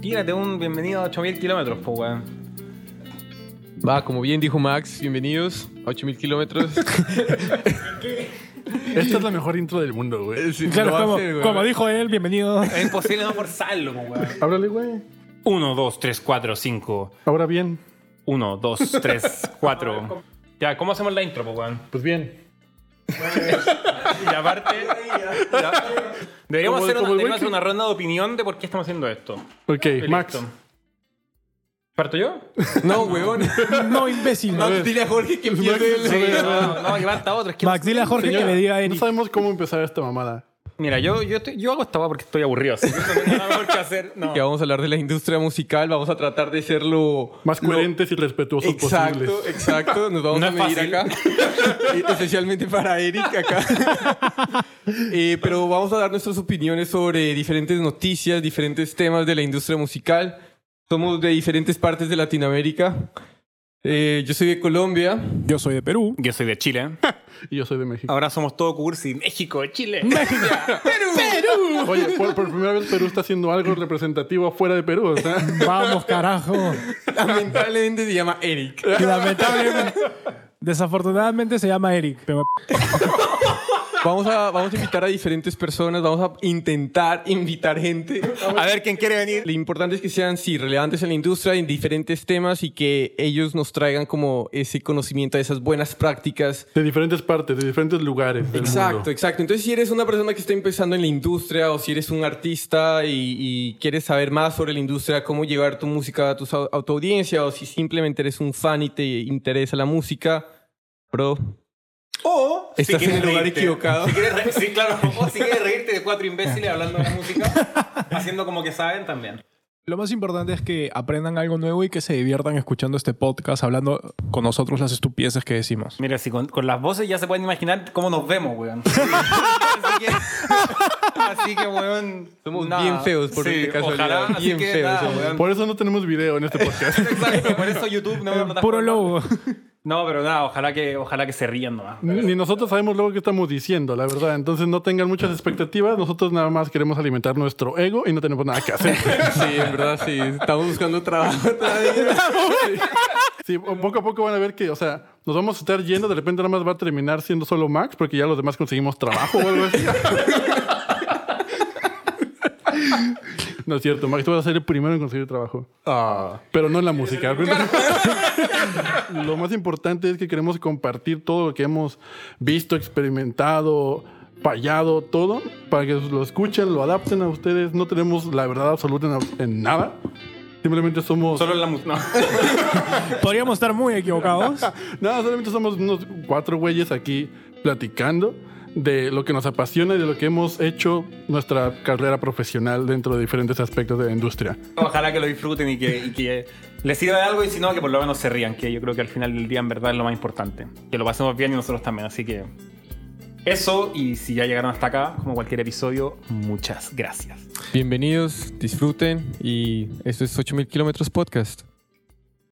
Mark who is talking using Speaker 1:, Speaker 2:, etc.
Speaker 1: Tírate un bienvenido a 8000 kilómetros, po, weón.
Speaker 2: Va, como bien dijo Max, bienvenidos a 8000 kilómetros.
Speaker 3: Esta es la mejor intro del mundo, güey.
Speaker 2: Eh, Sí,
Speaker 4: Claro,
Speaker 2: lo
Speaker 4: como,
Speaker 2: hace, güey.
Speaker 4: como dijo él, bienvenido.
Speaker 1: Es imposible no forzarlo, po, weón.
Speaker 3: Ábrale, güey.
Speaker 5: 1, 2, 3, 4, 5.
Speaker 3: Ahora bien.
Speaker 5: 1, 2, 3, 4.
Speaker 1: Ya, ¿cómo hacemos la intro, po, weón?
Speaker 3: Pues bien.
Speaker 1: Y aparte. ya. Deberíamos,
Speaker 3: Como-
Speaker 1: hacer, una,
Speaker 3: como el
Speaker 1: deberíamos
Speaker 3: buen
Speaker 1: hacer
Speaker 3: que-
Speaker 1: una ronda de opinión de por qué estamos haciendo esto.
Speaker 3: Ok,
Speaker 1: Y
Speaker 3: Max.
Speaker 1: listo. ¿Parto yo?
Speaker 2: No, weón.
Speaker 4: No, imbécil.
Speaker 2: Max, dile a Jorge que empiece el...
Speaker 1: Sí, no, no, y falta otro. Es que
Speaker 4: Max, dile a Jorge que le diga a
Speaker 3: No
Speaker 4: Eric.
Speaker 3: sabemos cómo empezar esta mamada.
Speaker 1: Mira, yo, yo, estoy- yo hago esta weá porque estoy aburrido. así que no tengo nada mejor que hacer. No.
Speaker 2: Ya vamos a hablar de la industria musical, vamos a tratar de ser lo...
Speaker 3: Más
Speaker 2: lo-
Speaker 3: coherentes y respetuosos
Speaker 2: Exacto,
Speaker 3: posibles.
Speaker 2: exacto. Nos vamos
Speaker 5: No
Speaker 2: a
Speaker 5: es
Speaker 2: medir
Speaker 5: fácil.
Speaker 2: acá. Eh, Especialmente para Eric acá. Eh, pero vamos a dar nuestras opiniones sobre diferentes noticias, diferentes temas de la industria musical. Somos de diferentes partes de Latinoamérica. Eh, yo soy de Colombia.
Speaker 4: Yo soy de Perú.
Speaker 5: Yo soy de Chile.
Speaker 3: Y yo soy de México.
Speaker 1: Ahora somos todo cursi. México, Chile.
Speaker 3: Oye, por, por primera vez Perú está haciendo algo representativo afuera de Perú. O sea,
Speaker 4: Vamos, carajo.
Speaker 2: Lamentablemente se llama Eric.
Speaker 4: Y lamentablemente. Desafortunadamente se llama Eric. Pero
Speaker 2: Vamos a, vamos a invitar a diferentes personas, vamos a intentar invitar gente.
Speaker 1: A ver quién quiere venir.
Speaker 2: Lo importante es que sean, sí, relevantes en la industria, en diferentes temas y que ellos nos traigan como ese conocimiento, esas buenas prácticas.
Speaker 3: de diferentes partes, de diferentes lugares. Del
Speaker 2: Exacto,
Speaker 3: mundo.
Speaker 2: exacto. Entonces, si eres una persona que está empezando en la industria o si eres un artista y, y quieres saber más sobre la industria, cómo llevar tu música a tu, au- a tu audiencia o si simplemente eres un fan y te interesa la música, bro,
Speaker 1: O si
Speaker 2: estás en
Speaker 1: quieres
Speaker 2: el lugar
Speaker 1: reírte.
Speaker 2: equivocado.
Speaker 1: Si quieres re- sí, claro. O si quieres reírte de cuatro imbéciles hablando de música, haciendo como que saben también.
Speaker 4: Lo más importante es que aprendan algo nuevo y que se diviertan escuchando este podcast, hablando con nosotros las estupideces que decimos.
Speaker 1: Mira, si con, con las voces ya se pueden imaginar cómo nos vemos, weón. así, que, así que, weón.
Speaker 2: Somos
Speaker 1: nada.
Speaker 2: bien feos, por este
Speaker 1: sí,
Speaker 2: de casualidad.
Speaker 1: Ojalá, así
Speaker 2: Bien
Speaker 1: que
Speaker 2: feos,
Speaker 1: nada,
Speaker 2: somos.
Speaker 1: weón.
Speaker 3: Por eso no tenemos video en este podcast.
Speaker 1: Exacto, por eso YouTube no no
Speaker 4: Puro
Speaker 1: transforma.
Speaker 4: lobo.
Speaker 1: No, pero nada, ojalá que, ojalá que se rían nomás.
Speaker 3: Ni nosotros sabemos luego qué estamos diciendo, la verdad. Entonces no tengan muchas expectativas. Nosotros nada más queremos alimentar nuestro ego y no tenemos nada que hacer.
Speaker 2: Sí, en verdad, sí. Estamos buscando trabajo todavía.
Speaker 3: Sí, poco a poco van a ver que, o sea, nos vamos a estar yendo, de repente nada más va a terminar siendo solo Max porque ya los demás conseguimos trabajo o algo así. No es cierto, Max, tú vas a ser el primero en conseguir trabajo.
Speaker 1: Ah.
Speaker 3: Pero no en la música. Lo más importante es que queremos compartir todo lo que hemos visto, experimentado, fallado, todo, para que lo escuchen, lo adapten a ustedes. No tenemos la verdad absoluta en, en nada. Simplemente somos...
Speaker 1: Solo en la música.
Speaker 4: Podríamos estar muy equivocados.
Speaker 3: No, solamente somos unos cuatro güeyes aquí platicando de lo que nos apasiona y de lo que hemos hecho nuestra carrera profesional dentro de diferentes aspectos de la industria.
Speaker 1: Ojalá que lo disfruten y que, y que les sirva de algo y si no, que por lo menos se rían, que yo creo que al final del día en verdad es lo más importante. Que lo pasemos bien y nosotros también, así que eso y si ya llegaron hasta acá, como cualquier episodio, muchas gracias.
Speaker 2: Bienvenidos, disfruten y esto es 8000 kilómetros podcast.